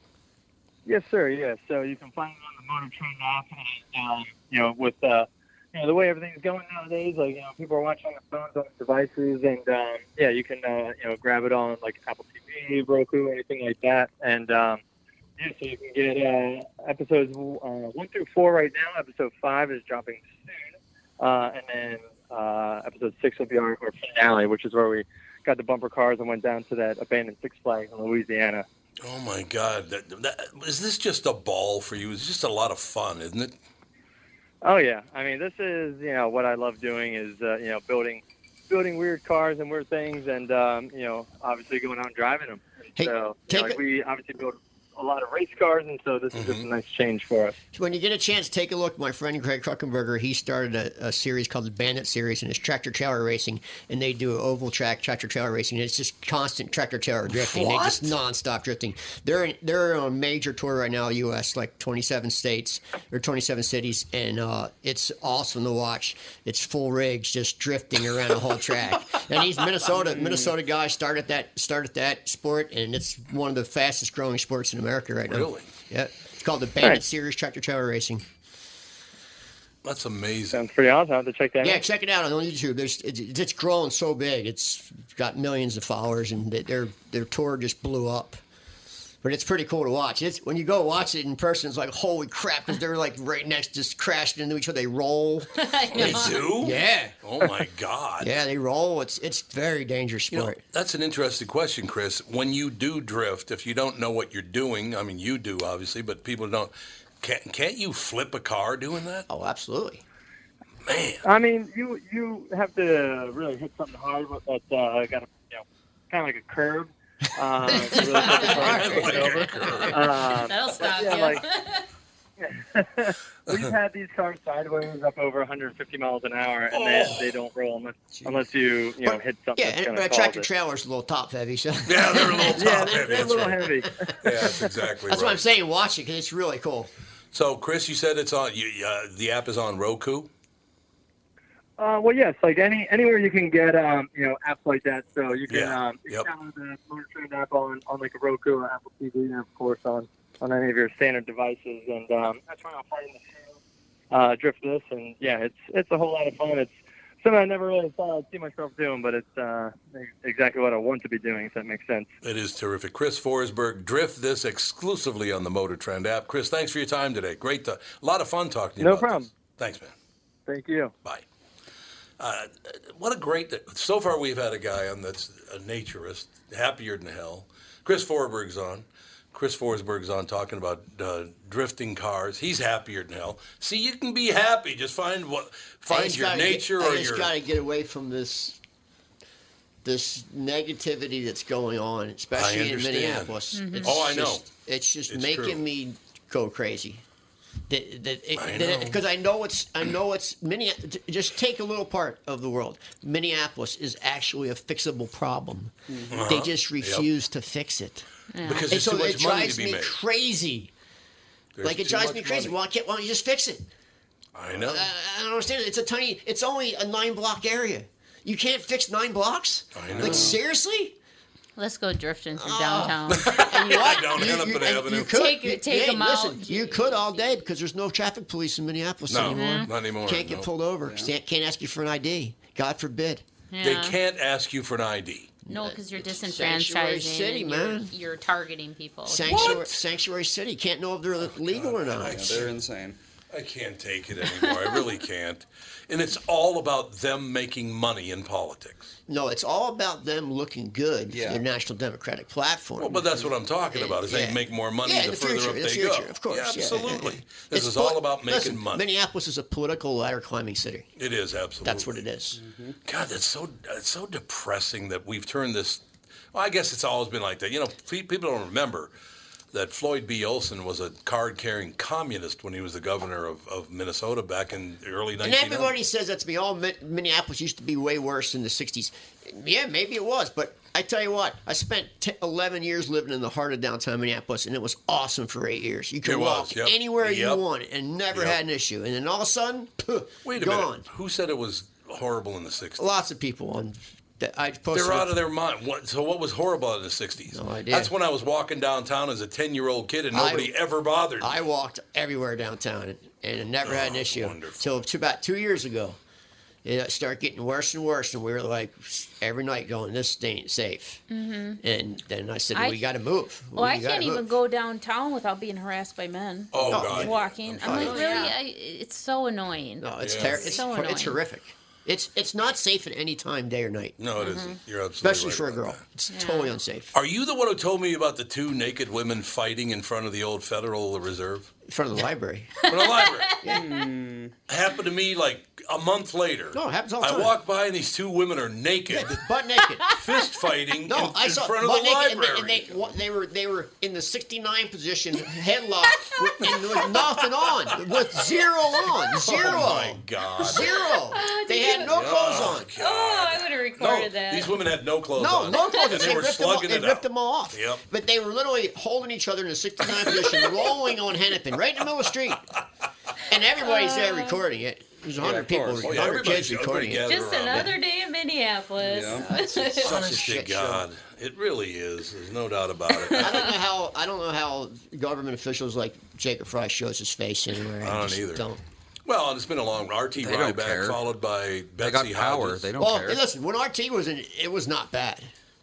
Yes, sir. Yeah. So you can find it on the Motor Trend app, and um, you know, with uh, you know the way everything's going nowadays, like you know, people are watching on their phones on their devices, and um, yeah, you can uh, you know grab it on like Apple TV, Roku, anything like that, and um, yeah, so you can get uh, episodes uh, one through four right now. Episode five is dropping soon, uh, and then uh, episode six will be our, our finale, which is where we got the bumper cars and went down to that abandoned Six Flags in Louisiana. Oh my God! That, that, is this just a ball for you? It's just a lot of fun, isn't <laughs> it? Oh yeah, I mean this is you know what I love doing is uh, you know building building weird cars and weird things, and um, you know obviously going out and driving them. Hey, so you know, take like, a- Mm-hmm. we obviously build a lot of race cars, and so this is just a nice change for us. So when you get a chance, take a look. My friend Greg Kruckenberger, he started a, a series called the Bandit Series, and it's tractor trailer racing, and they do oval track tractor trailer racing, and it's just constant tractor trailer drifting. They just nonstop drifting. They're in, they're on a major tour right now, U.S. like 27 states or 27 cities, and uh, it's awesome to watch. It's full rigs just drifting around the whole track. And he's Minnesota Minnesota guy started that started that sport, and it's one of the fastest growing sports in America right now. Really? Yeah. It's called the Bandit Nice. Series Tractor Trailer Racing. That's amazing. Sounds pretty awesome. I have to check that Yeah, out. check it out on YouTube. There's it's, it's grown so big. It's got millions of followers, and they- their their tour just blew up. But it's pretty cool to watch. It's when you go watch it in person, it's like holy crap, because they're like right next, just crashing into each other. <laughs> They roll. They do? Yeah. Oh my <laughs> God. Yeah, they roll. It's it's very dangerous You know, sport. that's an interesting question, Chris. When you do drift, if you don't know what you're doing, I mean, you do obviously, but people don't. Can't, can't you flip a car doing that? Oh, absolutely. I mean you you have to really hit something hard with that uh, got a, you know kind of like a curb. <laughs> Uh, to really get the car to Like take a over. curb. Um, That'll but stop yeah, you. like, <laughs> We've had these cars sideways up over 150 miles an hour, and they, Oh. they don't roll unless, unless you you know hit something. Yeah, that's and gonna but a cause tractor it. trailer's a little top heavy. So yeah, they're a little <laughs> <laughs> Yeah, they're, they're a little heavy. <laughs> Yeah, that's exactly That's right. what I'm saying. Watch it because it's really cool. So, Chris, you said it's on. You, uh, the app is on Roku. Uh, well, yes, like any anywhere you can get um, you know apps like that. So you can Yeah, um, you yep. can download the Motor Trend app on, on like a Roku or Apple TV, and of course on on any of your standard devices. <laughs> And um, that's where I'll find the show. Uh, drift this, and yeah, it's it's a whole lot of fun. It's something I never really thought I'd see myself doing, but it's uh, exactly what I want to be doing. If that makes sense. It is terrific. Chris Forsberg, drift this exclusively on the Motor Trend app. Chris, thanks for your time today. Great, to, a lot of fun talking to you. No about problem. this. Thanks, man. Thank you. Bye. Uh, what a great. So far, we've had a guy on that's a naturist, happier than hell. Chris Forsberg's on. Chris Forsberg's on talking about uh, drifting cars. He's happier than hell. See, you can be happy. Just find what I find just your gotta nature get, or I just your. got to get away from this this negativity that's going on, especially in understand. Minneapolis. Mhm. Oh, I know. just- it's just It's making true. me go crazy. Because I, know it's I know it's many. Just take a little part of the world. Minneapolis is actually a fixable problem. Mhm. They Uh-huh. just Yep. refuse to fix it. Yeah. Because And there's so too much it money to drives be me made. crazy. There's like it too drives much me crazy. money. Why can't Why don't you just fix it? I know. I don't understand. it. It's a tiny. It's only a nine block area. You can't fix nine blocks. I know. Like seriously? Let's go drifting Oh. through downtown. <laughs> down Hennepin Avenue. You could Take- you- take hey, 'em listen, You could all day because there's no traffic police in Minneapolis No, anymore. Mm-hmm. Mhm. not anymore, Can't get no. pulled over. Can't, can't ask you for an ID. God forbid. They can't ask you for an ID. No, because you're sanctuary disenfranchising. city, and you're, man. You're targeting people. Sanctuary, sanctuary city can't know if they're Oh, legal or not. insane. I can't take it anymore. I really can't. And it's all about them making money in politics. No, it's all about them looking good Yeah. for their National Democratic platform. Well, but that's what I'm talking about. Is Yeah. they make more money Yeah, in the, the further future, up in they the future, go. of course, Yeah, yeah, yeah, absolutely. yeah. This It's is poli- all about making listen, money. Minneapolis is a political ladder climbing city. It is absolutely. Mm-hmm. That's what it is. God, that's so that's so depressing that we've turned this. Well, I guess it's always been like that. You know, pe- people don't remember that Floyd B. Olson was a card-carrying communist when he was the governor of, of Minnesota back in the early 1900s. And everybody says that to me. Oh, Min- Minneapolis used to be way worse in the 60s. Yeah, maybe it was, but I tell you what, I spent t- 11 years living in the heart of downtown Minneapolis, and it was awesome for eight years. You could It walk was, yep. anywhere Yep. you wanted and never Yep. had an issue. And then all of a sudden, Wait a gone. minute. Who said it was horrible in the 60s? Lots of people on. That I posted They're out of their mind. What, so what was horrible in the 60s? No idea. That's when I was walking downtown as a 10-year-old kid and nobody ever bothered me. I walked everywhere downtown and I never Oh, had an issue until to about two years ago. It uh, started getting worse and worse, and we were like every night going, "This ain't safe." Mhm. And then I said, I- "We got to move." Well, We I gotta can't even move." go downtown without being harassed by men. Oh, God. Walking, I'm I'm, like, fine. really? I, it's so annoying. No, Oh, it's ter- it's, so hor- annoying. it's horrific. It's it's not safe at any time, day or night. No, it Mm-hmm. Mhm. not You're absolutely especially right for a about girl. It's totally unsafe. Are you the one who told me about the two naked women fighting in front of the old Federal Reserve? In front of the library. In front of the library. Happened to me like a month later. No, it happens all the time. I walk by and these two women are naked, <laughs> butt naked, fist fighting No, in, I in saw front of butt the naked, library. and, they, and they, wa- they were they were in the 69 position, headlock, with, and with nothing on, with zero on, zero. <laughs> Oh my God. <laughs> Zero. Oh, They had did you- no clothes on. Oh, I would have recorded No, that. these women had no clothes No, on. no clothes. And They, they were ripped, them off. slugging they it ripped out. them all off. Yep. But they were literally holding each other in a 69 <laughs> position, rolling on Hennepin, right in the middle of the street. And everybody's there recording it. There's 100 Yeah, people, of course. Oh, yeah, 100 kids everybody's- recording it. everybody Just another day in Minneapolis. <laughs> <laughs> Honest to God, it really is. There's no doubt about it. I don't know how I don't know how government officials like Jacob Fry shows his face anywhere. I don't just either. Don't. <laughs> Well, and it's been a long RT They don't Ryback care. followed by Betsy got power. Hodges. They well, hey, listen, when RT was in, it was not bad.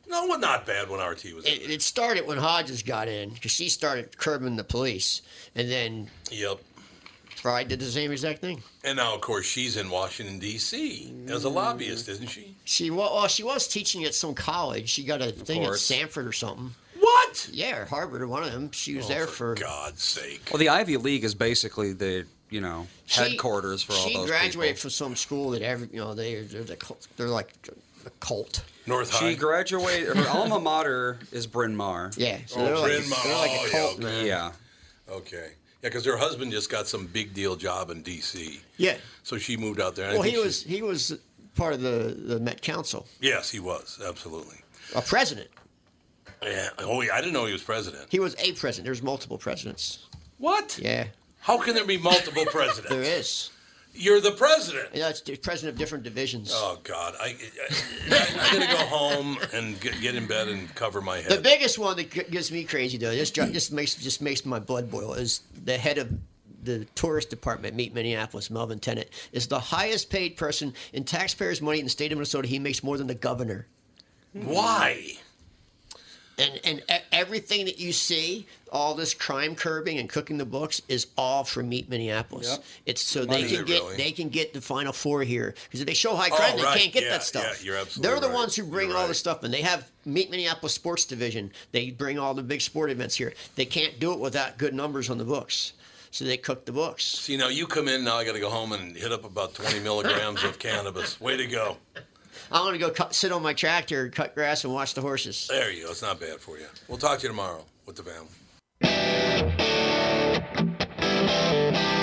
No, well, not bad when RT was. It, it started when Hodges got in because she started curbing the police, and then Yep. Fry did the same exact thing. And now, of course, she's in Washington D.C. as a lobbyist, isn't she? She well, well, she was teaching at some college. She got a thing at course. Sanford or something. What? Yeah, or Harvard or one of them. She was Oh, there for for, God's sake. Well, the Ivy League is basically the you know She- headquarters for all She those graduated from some school that every you know they they're, the, cult- they're like a cult. North She <laughs> graduated. Her alma mater is Bryn Mawr. Yeah, so Oh, they're like- Bryn Mawr. they're like a Oh, yeah, cult, okay. man. Yeah. Okay. Yeah, because her husband just got some big deal job in D.C. Yeah. So she moved out there. and I Well, think he she- was he was part of the the Met Council, Yes, he was absolutely. a president. Yeah. Oh, yeah. I didn't know he was president. He was a president. There's multiple presidents. What? Yeah, How can there be <laughs> multiple presidents? there is. You're the president. Yeah, it's the president of different divisions. Oh God, I, I, I, am gonna go home and get, get in bed and cover my The head. biggest one that g- gets me crazy though, this dri- this makes just makes my blood boil is the head of the tourist department, Meet Minneapolis, Melvin Tennant, is the highest paid person in taxpayers' money in the state of Minnesota. He makes more than the governor. Why? And and e- everything that you see, all this crime curbing and cooking the books, is all for Meet Minneapolis. Yep. It's so Money. they Is can it get really? they can get the Final Four here because if they show high Oh, crime, right. they can't get Yeah, that stuff. yeah, you're absolutely They're the right. ones who bring all this stuff, and they have Meet Minneapolis Sports Division. They bring all the big sport events here. They can't do it without good numbers on the books, so they cook the books. See, now you come in. Now I got to go home and hit up about 20 milligrams of cannabis. Way to go. I want to go cut, sit on my tractor, and cut grass, and watch the horses. There you go. It's not bad for you. We'll talk to you tomorrow with the family. Bye.